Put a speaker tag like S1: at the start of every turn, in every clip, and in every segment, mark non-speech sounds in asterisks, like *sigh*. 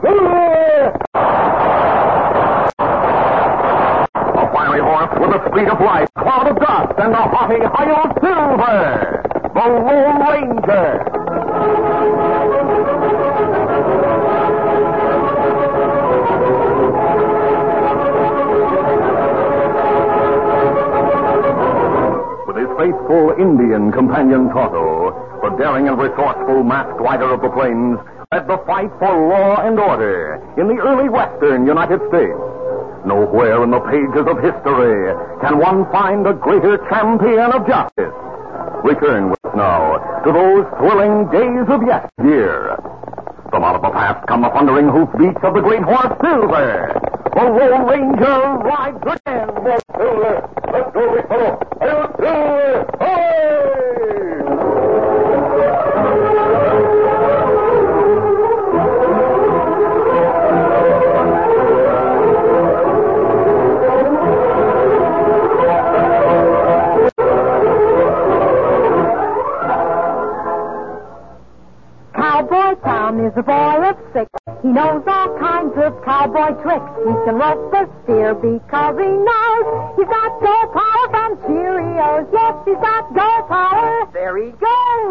S1: Clear! A fiery horse with a speed of light, cloud of dust, and a haughty high of silver. The Lone Ranger. With his faithful Indian companion Toto, the daring and resourceful masked rider of the plains led the fight for law and order in the early western United States. Nowhere in the pages of history can one find a greater champion of justice. Return with us now to those thrilling days of yesteryear. From out of the past come the thundering hoofbeats of the great horse Silver. The Lone Ranger rides again. More Silver. Let's go, big fellow. Hail Silver.
S2: Cowboy Tom is a boy of six. He knows all kinds of cowboy tricks. He can rope a steer because he knows he's got go power from Cheerios. Yes, he's got go power. There he goes.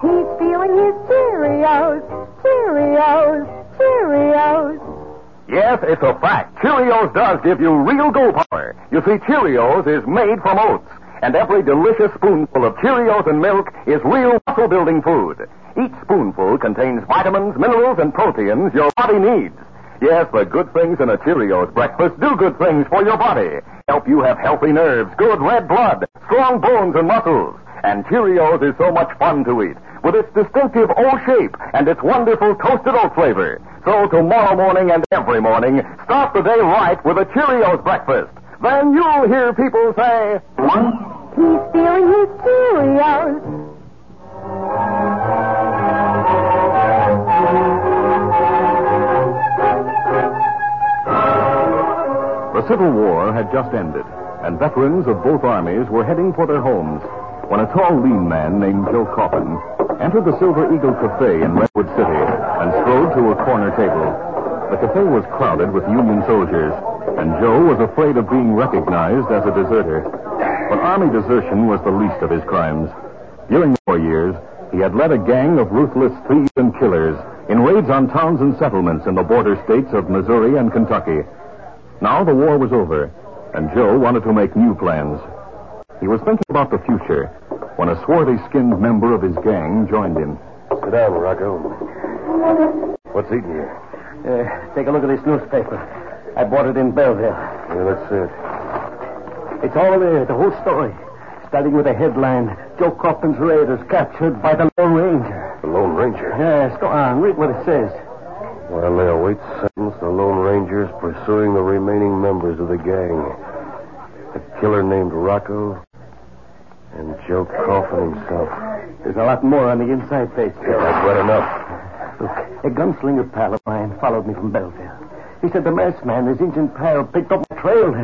S2: He's feeling his Cheerios, Cheerios, Cheerios.
S1: Yes, it's a fact. Cheerios does give you real go power. You see, Cheerios is made from oats, and every delicious spoonful of Cheerios and milk is real muscle building food. Each spoonful contains vitamins, minerals, and proteins your body needs. Yes, the good things in a Cheerios breakfast do good things for your body. Help you have healthy nerves, good red blood, strong bones and muscles. And Cheerios is so much fun to eat with its distinctive O shape and its wonderful toasted oat flavor. So tomorrow morning and every morning, start the day right with a Cheerios breakfast. Then you'll hear people say,
S2: He's feeling his Cheerios.
S1: The Civil War had just ended, and veterans of both armies were heading for their homes when a tall, lean man named Joe Coffin entered the Silver Eagle Cafe in Redwood City and strode to a corner table. The cafe was crowded with Union soldiers, and Joe was afraid of being recognized as a deserter. But army desertion was the least of his crimes. During the war years, he had led a gang of ruthless thieves and killers in raids on towns and settlements in the border states of Missouri and Kentucky. Now the war was over, and Joe wanted to make new plans. He was thinking about the future when a swarthy skinned member of his gang joined him.
S3: Sit down, Rocco. What's eating you?
S4: Uh, take a look at this newspaper. I bought it in Belleville.
S3: Yeah, let's uh, see it.
S4: It's all there, the whole story. Starting with a headline Joe Coffin's raid is captured by the Lone Ranger.
S3: The Lone Ranger.
S4: Yes, go on, read what it says.
S3: While they await sentence, the Lone Ranger is pursuing the remaining members of the gang. A killer named Rocco and Joe Coffin himself.
S4: There's a lot more on the inside page.
S3: Yeah, that's wet enough.
S4: Look, a gunslinger pal of mine followed me from Belleville. He said the masked man, this Injun pal, picked up my trail.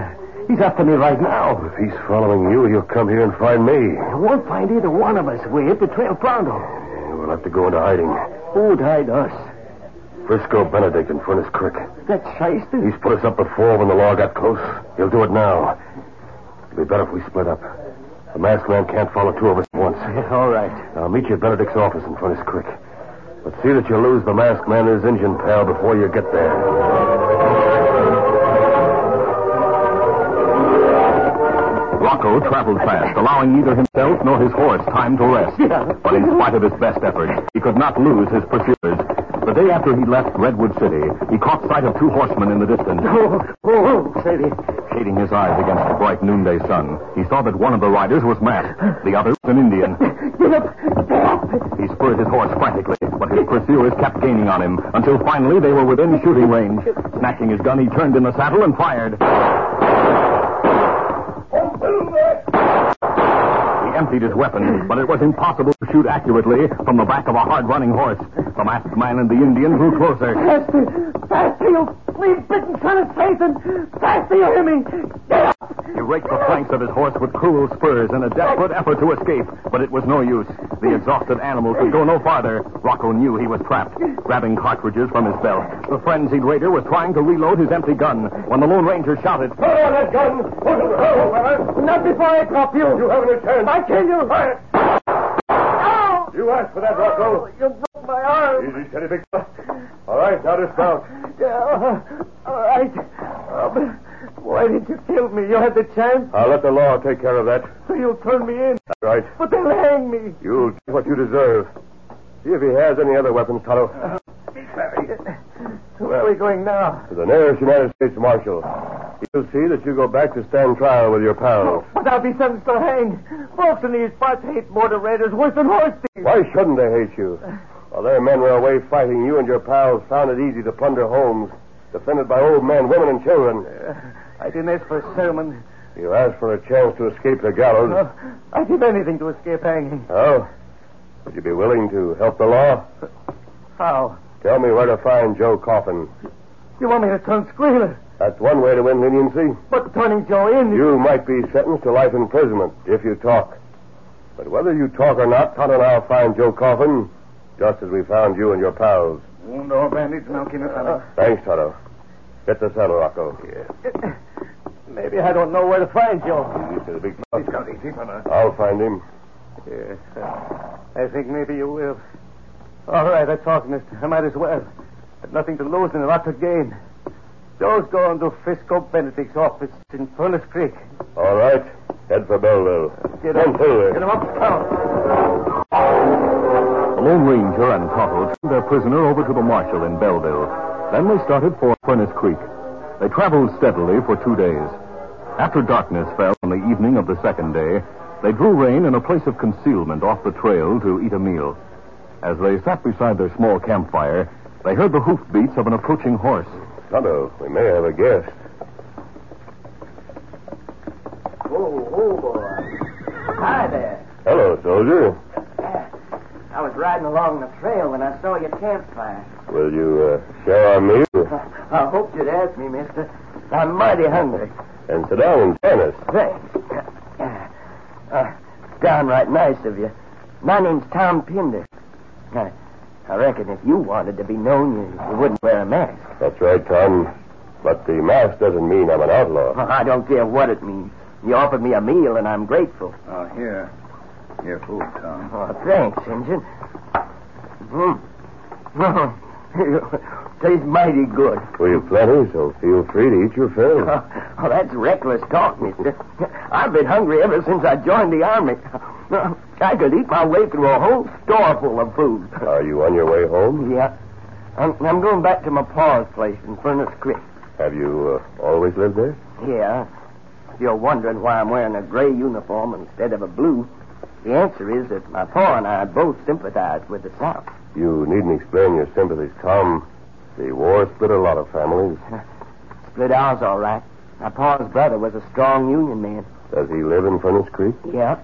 S4: He's after me right now.
S3: If he's following you, he'll come here and find me.
S4: He won't find either one of us if we hit the trail pronto.
S3: Yeah, We'll have to go into hiding.
S4: Who'd hide us?
S3: Frisco Benedict in Furnace Creek.
S4: That shyster? *laughs*
S3: He's put us up before when the law got close. He'll do it now. It'd be better if we split up. The masked man can't follow two of us at
S1: *laughs*
S3: once.
S4: Yeah, All right.
S3: I'll meet you at Benedict's office in Furnace Creek. But see that you lose the masked man and his engine pal before you get there.
S1: Rocco traveled fast, allowing neither himself nor his horse time to rest. But in spite of his best efforts, he could not lose his pursuers. The day after he left Redwood City, he caught sight of two horsemen in the distance.
S4: Oh, oh, oh, Sadie.
S1: Shading his eyes against the bright noonday sun, he saw that one of the riders was masked, the other was an Indian.
S4: Get up. Get up.
S1: He spurred his horse frantically, but his pursuers kept gaining on him until finally they were within shooting range. Snatching his gun, he turned in the saddle and fired. He emptied his weapon, but it was impossible to shoot accurately from the back of a hard-running horse. The masked man and the Indian drew closer.
S4: Faster. Faster, you flea-bitten son of Satan. Faster, you hear me. Get up.
S1: He raked the flanks of his horse with cruel spurs in a desperate effort to escape, but it was no use. The exhausted animal could go no farther. Rocco knew he was trapped. Grabbing cartridges from his belt, the frenzied raider was trying to reload his empty gun when the Lone Ranger shouted,
S3: Fire that gun! Put it down, fella!
S4: Not before I drop you.
S3: You haven't a chance.
S4: I kill you.
S3: Fire!
S2: Oh,
S3: You asked for that, Rocco.
S4: You broke my arm.
S3: Easy, steady, big fella. All right, now dismount.
S4: Yeah, Ah, all right. Oh, but why did you kill me? You had the chance,
S3: I'll let the law take care of that.
S4: so you'll turn me in.
S3: All right.
S4: But they'll hang me.
S3: You'll get what you deserve. See if he has any other weapons, Tonto.
S4: Where are we going now?
S3: To the nearest United States Marshal. He'll see that you go back to stand trial with your pals.
S4: But I'll be sentenced to hang. Folks in these parts hate border raiders worse than horse thieves.
S3: Why shouldn't they hate you? While their men were away fighting, you and your pals found it easy to plunder homes, defended by old men, women, and children.
S4: I didn't ask for a sermon.
S3: You asked for a chance to escape the gallows.
S4: No, I did anything to escape hanging.
S3: Oh? Would you be willing to help the law?
S4: How?
S3: Tell me where to find Joe Coffin.
S4: You want me to turn squealer?
S3: That's one way to win leniency.
S4: But turning Joe in.
S3: You might be sentenced to life imprisonment if you talk. But whether you talk or not, Tonto and I'll find Joe Coffin, just as we found you and your pals.
S4: Wound all bandits, now, Kinatana.
S3: Thanks, Tonto. Get the saddle, Rocco.
S4: Maybe I don't know where to find Joe.
S3: Easy to the big fella. I'll find him.
S4: Yes, uh, I think maybe you will. All right, let's talk, mister. I might as well. I've nothing to lose and a lot to gain. Joe's going to Frisco Benedict's office in Furnace Creek.
S3: All right. Head for Belleville.
S4: Get
S3: Come
S4: up.
S3: through
S4: Get
S3: it.
S4: him up. Oh.
S1: The Lone Ranger and Tonto turned their prisoner over to the marshal in Belleville. Then they started for Furnace Creek. They traveled steadily for two days. After darkness fell on the evening of the second day, they drew rein in a place of concealment off the trail to eat a meal. As they sat beside their small campfire, they heard the hoofbeats of an approaching horse.
S3: Tonto, we may have a guest.
S5: Oh, oh, boy. Hi there.
S3: Hello, soldier.
S5: I was riding along the trail when I saw your campfire.
S3: Will you uh, share our meal?
S5: I hoped you'd ask me, mister. I'm mighty hungry.
S3: And sit down and join us.
S5: Thanks. Uh, downright nice of you. My name's Tom Pinder. I, I reckon if you wanted to be known, you, you wouldn't wear a mask.
S3: That's right, Tom. But the mask doesn't mean I'm an outlaw.
S5: I don't care what it means. You offered me a meal, and I'm grateful.
S6: Oh, here. Your food, Tom.
S5: Oh, thanks, Injun. Mm. *laughs* Tastes mighty good.
S3: We've plenty, so feel free to eat your fill.
S5: Oh, *laughs* oh, that's reckless talk, mister. I've been hungry ever since I joined the army. *laughs* I could eat my way through a whole store full of food. *laughs*
S3: Are you on your way home?
S5: Yeah. I'm, I'm going back to my pa's place in Furnace Creek.
S3: Have you uh, always lived there?
S5: Yeah. If you're wondering why I'm wearing a gray uniform instead of a blue, the answer is that my pa and I both sympathized with the South.
S3: You needn't explain your sympathies, Tom. The war split a lot of families.
S5: Split ours all right. My pa's brother was a strong Union man.
S3: Does he live in Furnace Creek?
S5: Yeah.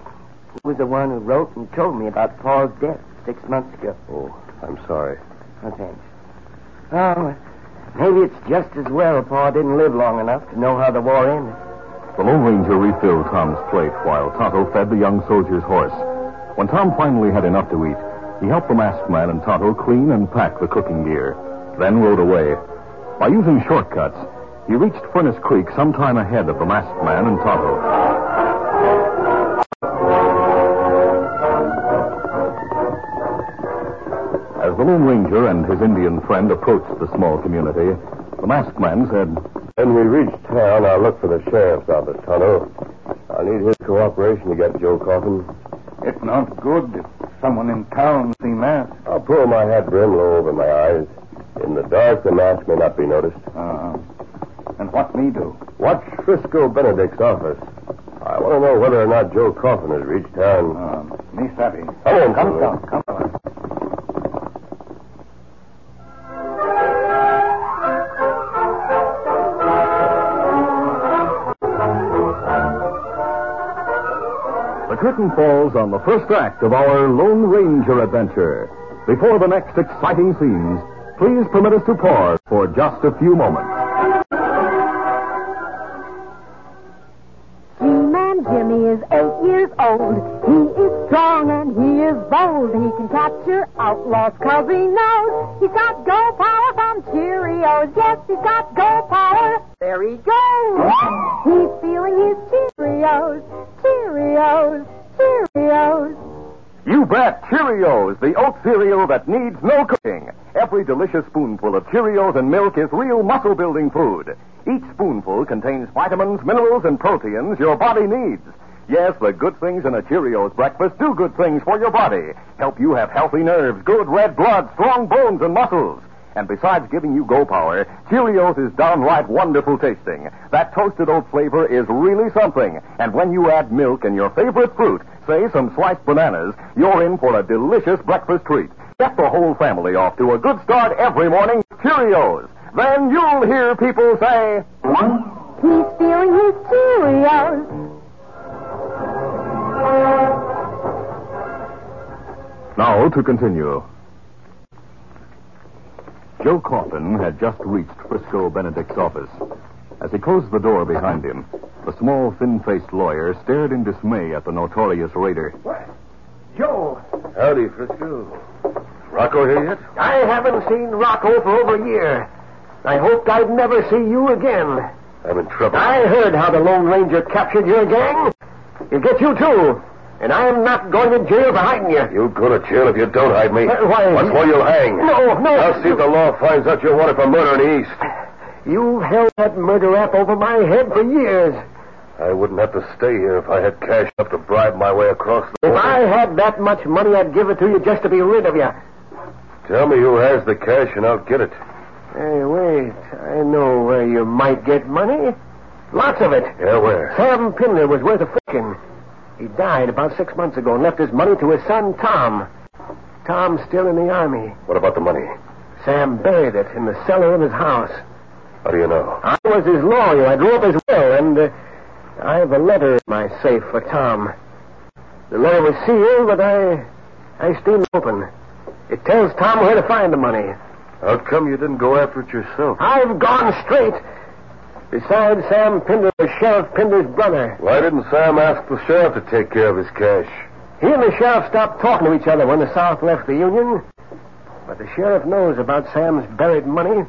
S5: He was the one who wrote and told me about pa's death six months ago.
S3: Oh, I'm sorry.
S5: Oh, thanks. Oh, maybe it's just as well Pa didn't live long enough to know how the war ended.
S1: The Lone Ranger refilled Tom's plate while Tonto fed the young soldier's horse. When Tom finally had enough to eat, he helped the masked man and Tonto clean and pack the cooking gear, then rode away. By using shortcuts, he reached Furnace Creek sometime ahead of the masked man and Tonto. As the Lone Ranger and his Indian friend approached the small community, the masked man said,
S3: When we reach town, I'll look for the sheriff's office, Tonto. I'll need his cooperation to get Joe Coffin.
S6: It's not good if someone in town see mask.
S3: I'll pull my hat brim low over my eyes. In the dark, the mask may not be noticed.
S6: Uh, and what me do?
S3: Watch Frisco Benedict's office. I want to know whether or not Joe Coffin has reached town.
S6: Uh, me savvy.
S3: Come on,
S6: Come,
S3: Silver.
S6: come, come on.
S1: The curtain falls on the first act of our Lone Ranger adventure. Before the next exciting scenes, please permit us to pause for just a few moments.
S2: gold. He is strong and he is bold. He can capture outlaws cause he knows he's got go power from Cheerios. Yes, he's got go power. There he goes. He's feeling his Cheerios. Cheerios. Cheerios.
S1: You bet Cheerios, the oat cereal that needs no cooking. Every delicious spoonful of Cheerios and milk is real muscle building food. Each spoonful contains vitamins, minerals, and proteins your body needs. Yes, the good things in a Cheerios breakfast do good things for your body. Help you have healthy nerves, good red blood, strong bones, and muscles. And besides giving you go power, Cheerios is downright wonderful tasting. That toasted oat flavor is really something. And when you add milk and your favorite fruit, say some sliced bananas, you're in for a delicious breakfast treat. Get the whole family off to a good start every morning with Cheerios. Then you'll hear people say,
S2: He's feeling his Cheerios.
S1: Now to continue. Joe Coffin had just reached Frisco Benedict's office. As he closed the door behind him, the small, thin faced lawyer stared in dismay at the notorious raider.
S5: Joe,
S3: Howdy, Frisco. Rocco here yet?
S5: I haven't seen Rocco for over a year. I hoped I'd never see you again.
S3: I'm in trouble.
S5: I heard how the Lone Ranger captured your gang. He'll get you too. And I'm not going to jail for hiding you.
S3: You go to jail if you don't hide me.
S5: Uh, why-
S3: What's more, you'll hang.
S5: No, no.
S3: I'll see if the law finds out you're wanted for murder in the East.
S5: You've held that murder rap over my head for years.
S3: I wouldn't have to stay here if I had cash enough to bribe my way across the
S5: If I had that much money, I'd give it to you just to be rid of you.
S3: Tell me who has the cash and I'll get it.
S5: Hey, wait. I know where you might get money. Lots of it.
S3: Yeah, where?
S5: Sam Pindler was worth a fortune. He died about six months ago and left his money to his son, Tom. Tom's still in the army.
S3: What about the money?
S5: Sam buried it in the cellar of his house.
S3: How do you know?
S5: I was his lawyer. I drew up his will, and uh, I have a letter in my safe for Tom. The letter was sealed, but I, I steamed it open. It tells Tom where to find the money.
S3: How come you didn't go after it yourself?
S5: I've gone straight. Besides, Sam Pinder was Sheriff Pinder's brother.
S3: Why didn't Sam ask the sheriff to take care of his cash?
S5: He and the sheriff stopped talking to each other when the South left the Union. But the sheriff knows about Sam's buried money,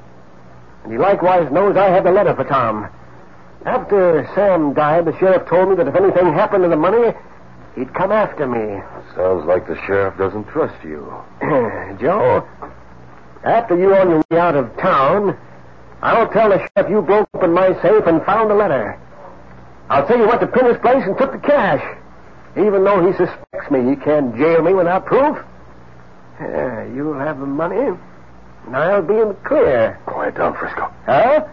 S5: and he likewise knows I had the letter for Tom. After Sam died, the sheriff told me that if anything happened to the money, he'd come after me.
S3: Sounds like the sheriff doesn't trust you.
S5: Joe, after you on your way out of town, I'll tell the sheriff you broke open my safe and found the letter. I'll tell you what to pin his place and took the cash. Even though he suspects me, he can't jail me without proof. Yeah, you'll have the money, and I'll be in the clear.
S3: Quiet down, Frisco.
S5: Huh?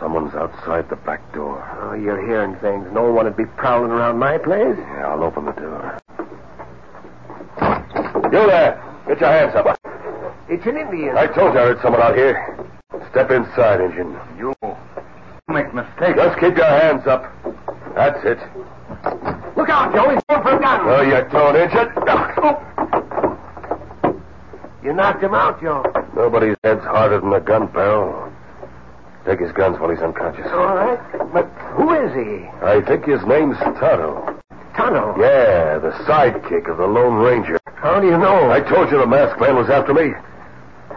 S3: Someone's outside the back door.
S5: Oh, you're hearing things. No one would be prowling around my place.
S3: Yeah, I'll open the door. You there! Get your hands up.
S5: It's an Indian.
S3: I told you I heard someone out here. Step inside, Injun.
S6: You make mistakes.
S3: Just keep your hands up. That's it.
S5: Look out, Joe. He's going for a gun.
S3: Oh, you don't, Injun.
S5: You knocked him out, Joe.
S3: Nobody's head's harder than a gun barrel. Take his guns while he's unconscious.
S5: All right. But who is he?
S3: I think his name's Tonto.
S5: Tonto.
S3: Yeah, the sidekick of the Lone Ranger.
S5: How do you know?
S3: I told you the masked man was after me.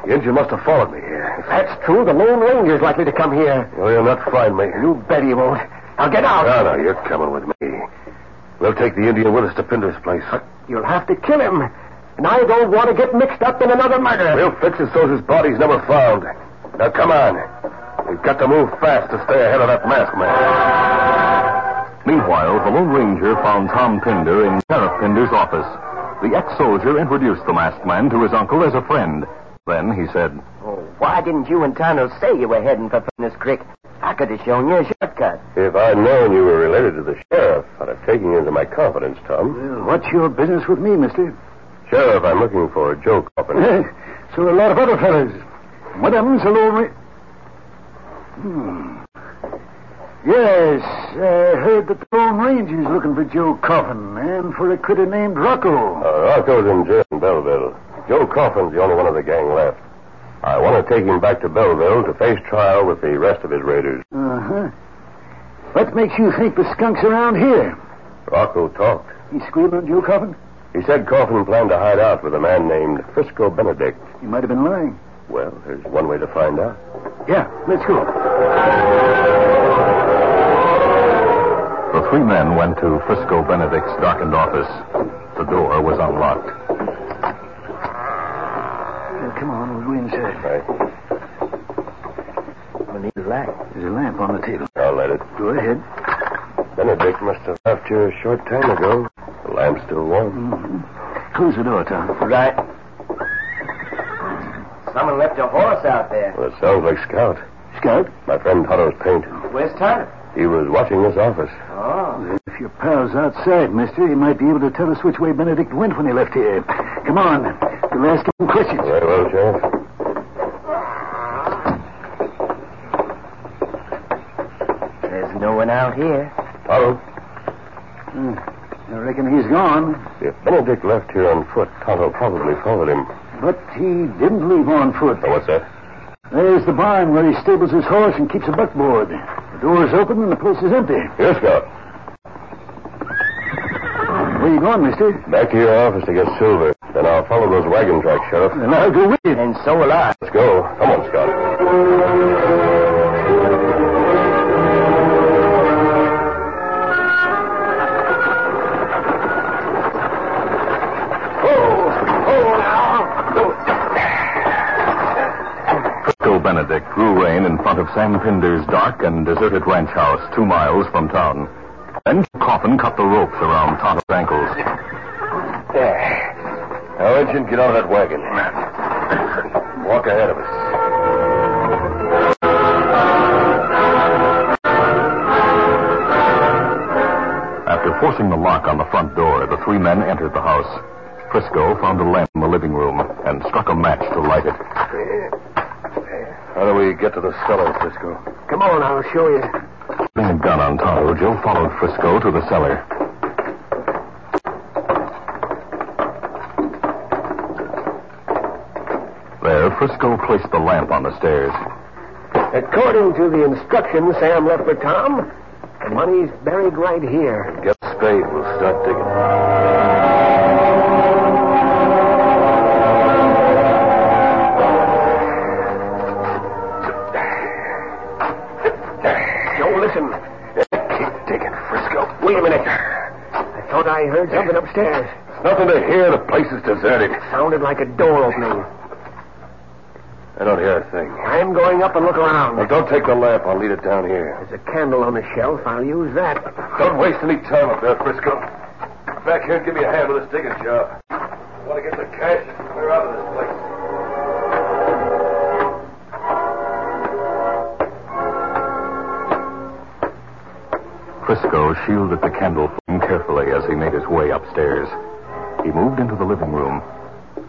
S3: The Indian must have followed me here.
S5: That's true. The Lone Ranger's likely to come here.
S3: Well, you'll not find me. You
S5: Bet he won't. Now get out.
S3: No, no, you're coming with me. We'll take the Indian with us to Pinder's place.
S5: You'll have to kill him. And I don't want to get mixed up in another murder.
S3: We'll fix it so his body's never found. Now, come on. We've got to move fast to stay ahead of that masked man.
S1: Meanwhile, the Lone Ranger found Tom Pinder in Sheriff Pinder's office. The ex soldier introduced the masked man to his uncle as a friend. Then he said,
S5: Oh, Why didn't you and Tonto say you were heading for this creek? I could have shown you a shortcut.
S3: If I'd known you were related to the sheriff, I'd have taken you into my confidence, Tom.
S6: What's your business with me, mister?
S5: *laughs*
S3: Sheriff, I'm looking for Joe Coffin.
S6: *laughs* so a lot of other fellas. One of them's a lonely. Hmm. Yes, I heard that the Lone Ranger's looking for Joe Coffin and for a critter named Rocco.
S3: Uh, Rocco's in jail in Belleville. Joe Coffin's the only one of the gang left. I want to take him back to Belleville to face trial with the rest of his raiders.
S6: Uh-huh. Uh huh. What makes you think the skunk's around here?
S3: Rocco talked.
S6: He squealed on Joe Coffin?
S3: He said Coffin planned to hide out with a man named Frisco Benedict.
S6: He might have been lying.
S3: Well, there's one way to find out.
S6: Yeah, let's go.
S1: The three men went to Frisco Benedict's darkened office. The door was unlocked.
S6: Yeah, come on, we'll go inside.
S3: Right.
S6: We need a light. There's a lamp on the table.
S3: I'll let it.
S6: Go ahead.
S3: Benedict must have left here a short time ago. The lamp's still warm.
S6: Mm. Close the door, Tom.
S5: Right. Someone left a horse out there.
S3: Well, it sounds like Scout.
S6: Scout,
S3: My friend Otto's paint.
S5: Where's Tyler?
S3: He was watching this office.
S5: Oh.
S6: if your pal's outside, mister, he might be able to tell us which way Benedict went when he left here. Come on. We'll ask him questions.
S3: Very well, Sheriff.
S5: There's no one out here.
S3: Otto,
S6: I reckon he's gone,
S3: if Benedict left here on foot, Otto probably followed him.
S6: but he didn't leave on foot.
S3: Oh, what's that?
S6: There's the barn where he stables his horse and keeps a buckboard. The door's open and the place is empty.
S3: Here, Scout.
S6: Where you going, mister?
S3: Back to your office to get Silver. Then I'll follow those wagon tracks, Sheriff.
S6: And I'll go with you.
S5: And so will I.
S3: Let's go. Come on, Scout.
S1: Frisco Benedict drew rein in front of Sam Pinder's dark and deserted ranch house two miles from town. Then Coffin cut the ropes around Tonto's ankles.
S3: There. Now, Engine, get out of that wagon. Walk ahead of us.
S1: After forcing the lock on the front door, the three men entered the house. Frisco found a lamp in the living room and struck a match to light it.
S3: How do we get to the cellar, Frisco?
S5: Come on, I'll show you.
S1: Putting a gun on Tonto, Joe followed Frisco to the cellar. There, Frisco placed the lamp on the stairs.
S5: According to the instructions Sam left for Tom, the money's buried right here.
S3: Get a spade. We'll start digging.
S5: Joe, listen. Keep digging, Frisco. Wait a minute. I thought I heard something upstairs.
S3: Nothing to hear. The place is deserted.
S5: Sounded like a door opening.
S3: I don't hear a thing.
S5: I'm going up and look
S3: Now,
S5: around.
S3: don't take the lamp. I'll lead it down here.
S5: There's a candle on the shelf. I'll use that.
S3: Don't waste any time up there, Frisco. Come Back here and give me a hand with this digging job. I want to get the cash and clear out of this place.
S1: Frisco shielded the candle flame carefully as he made his way upstairs. He moved into the living room.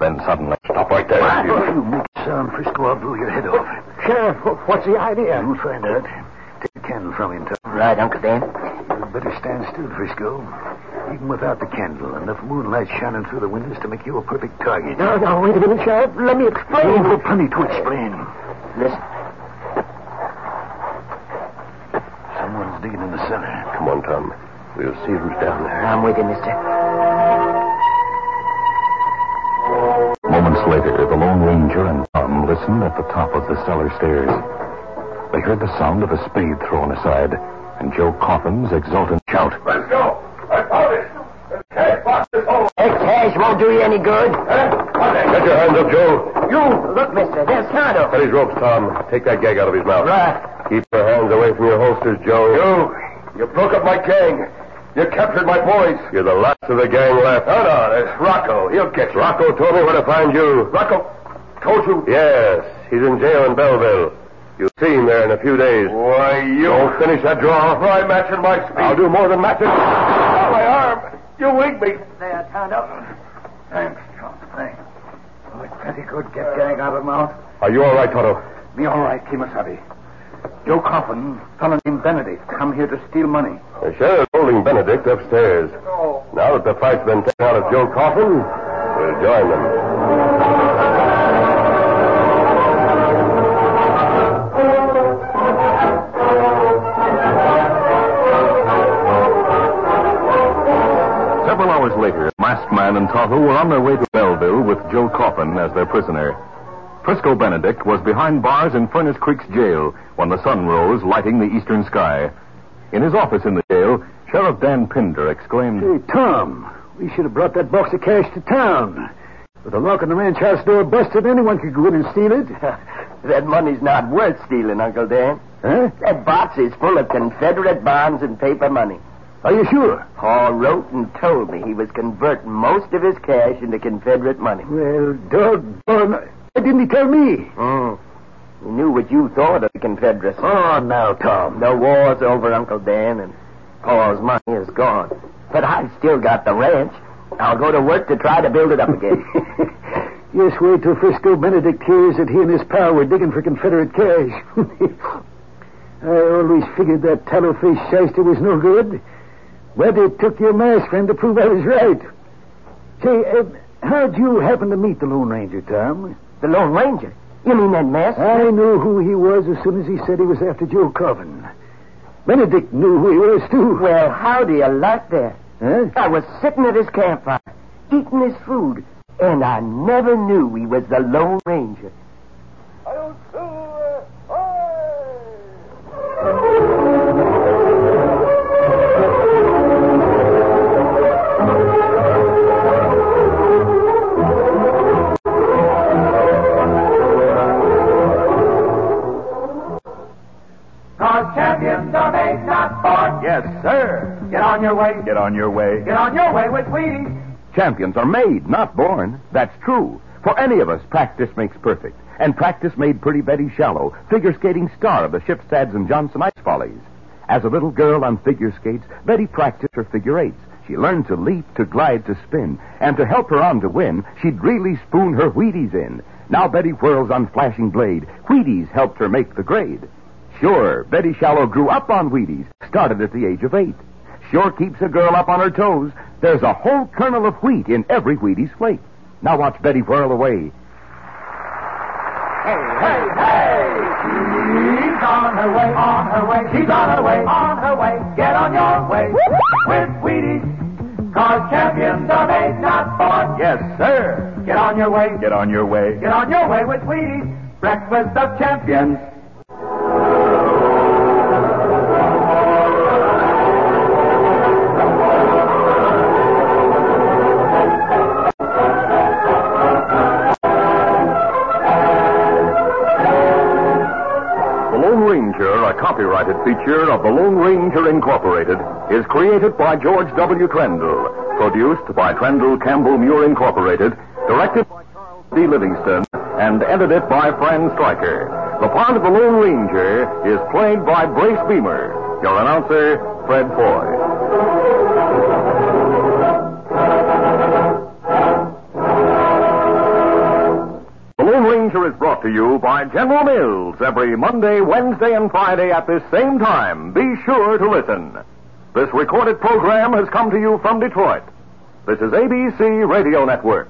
S1: Then suddenly,
S3: Stop right there.
S6: If you make a sound, Frisco, I'll blow your head off.
S5: Sheriff, wh- what's the idea?
S6: We'll find out. Take the candle from him, Tom.
S5: Right, Uncle Dan.
S6: You'd better stand still, Frisco. Even without the candle, enough moonlight shining through the windows to make you a perfect target.
S5: No, no, wait a minute, Sheriff. Let me explain.
S6: Oh, plenty to explain.
S5: Listen.
S6: Someone's digging in the cellar.
S3: Come on, Tom. We'll see who's down there.
S5: I'm with you, mister.
S1: moments later, the Lone Ranger and Tom listened at the top of the cellar stairs. They heard the sound of a spade thrown aside and Joe Coffin's exultant shout.
S3: Let's go. I found it. The cash box is over.
S5: That cash won't do you any good.
S3: Get your hands up, Joe.
S5: You look, mister. There's Tonto.
S3: Cut his ropes, Tom. Take that gag out of his mouth.
S5: Right.
S3: Keep your hands away from your holsters, Joe. You, you broke up my gang. You captured my boys. You're the last of the gang left. No, no, it's Rocco. He'll get you. Rocco told me where to find you. Rocco told you? Yes. He's in jail in Belleville. You'll see him there in a few days. Why, you... Don't finish that draw. Why, matching my speed. I'll do more than match it. Oh, my arm. You wig me.
S5: There, Tonto.
S6: Thanks, Tom. Thanks. Oh, plenty good. Get gag out of mouth.
S3: Are you all right, Toto?
S6: Me all right, Kimasabi. Joe *laughs* Coffin, fellow named Benedict, come here to steal money.
S3: The sheriff's holding Benedict upstairs. Now that the fight's been taken out of Joe Coffin, we'll join them.
S1: Several Tonto were on their way to Belleville with Joe Coffin as their prisoner. Frisco Benedict was behind bars in Furnace Creek's jail when the sun rose, lighting the eastern sky. In his office in the jail, Sheriff Dan Pinder exclaimed,
S6: Hey, Tom, we should have brought that box of cash to town. With the lock on the ranch house door busted, anyone could go in and steal it.
S5: That money's not worth stealing, Uncle Dan.
S6: Huh?
S5: That box is full of Confederate bonds and paper money.
S6: Are you sure?
S5: Hall wrote and told me he was converting most of his cash into Confederate money.
S6: Well, doggone. Why didn't he tell me?
S5: Mm. He knew what you thought of the Confederacy.
S6: Hmm. Oh, now, Tom.
S5: The war's over, Uncle Dan, and Paul's money is gone. But I've still got the ranch. I'll go to work to try to build it up
S6: *laughs*
S5: again.
S6: Yes, wait till Frisco Benedict hears that he and his pal were digging for Confederate cash. *laughs* I always figured that tallow faced shyster was no good. But it took your mask friend to prove I was right. Say, uh, how'd you happen to meet the Lone Ranger, Tom?
S5: the Lone Ranger. You mean that mess?
S6: I knew who he was as soon as he said he was after Joe Coffin. Benedict knew who he was, too.
S5: Well, howdy, you lot there.
S6: Huh?
S5: I was sitting at his campfire, eating his food, and I never knew he was the Lone Ranger.
S7: Cause champions are made not bought.
S1: Yes, sir.
S7: Get on your way.
S1: Get on your way.
S7: Get on your way with Wheaties.
S1: Champions are made, not born. That's true. For any of us, practice makes perfect. And practice made Pretty Betty Shallow, figure skating star of the Shipstads and Johnson Ice Follies. As a little girl on figure skates, Betty practiced her figure eights. She learned to leap, to glide, to spin. And to help her on to win, she'd really spoon her Wheaties in. Now Betty whirls on flashing blade. Wheaties helped her make the grade. Sure, Betty Shallow grew up on Wheaties, started at the age of eight. Sure keeps a girl up on her toes. There's a whole kernel of wheat in every Wheaties flake. Now watch Betty whirl away.
S7: Hey, hey! She's on her way, on her way. She's on her way, on her way. Get on your way with Wheaties. Cause champions are made not bought.
S1: Yes, sir.
S7: Get on your way.
S1: Get on your way.
S7: Get on your way with Wheaties. Breakfast of champions.
S1: The Lone Ranger, a copyrighted feature of the Lone Ranger Incorporated, is created by George W. Trendle, produced by Trendle Campbell Muir Incorporated, directed by Charles D. Livingston, and edited by Fran Stryker. The part of the Lone Ranger is played by Brace Beamer. Your announcer, Fred Foy. The Lone Ranger is brought to you by General Mills every Monday, Wednesday, and Friday at this same time. Be sure to listen. This recorded program has come to you from Detroit. This is ABC Radio Network.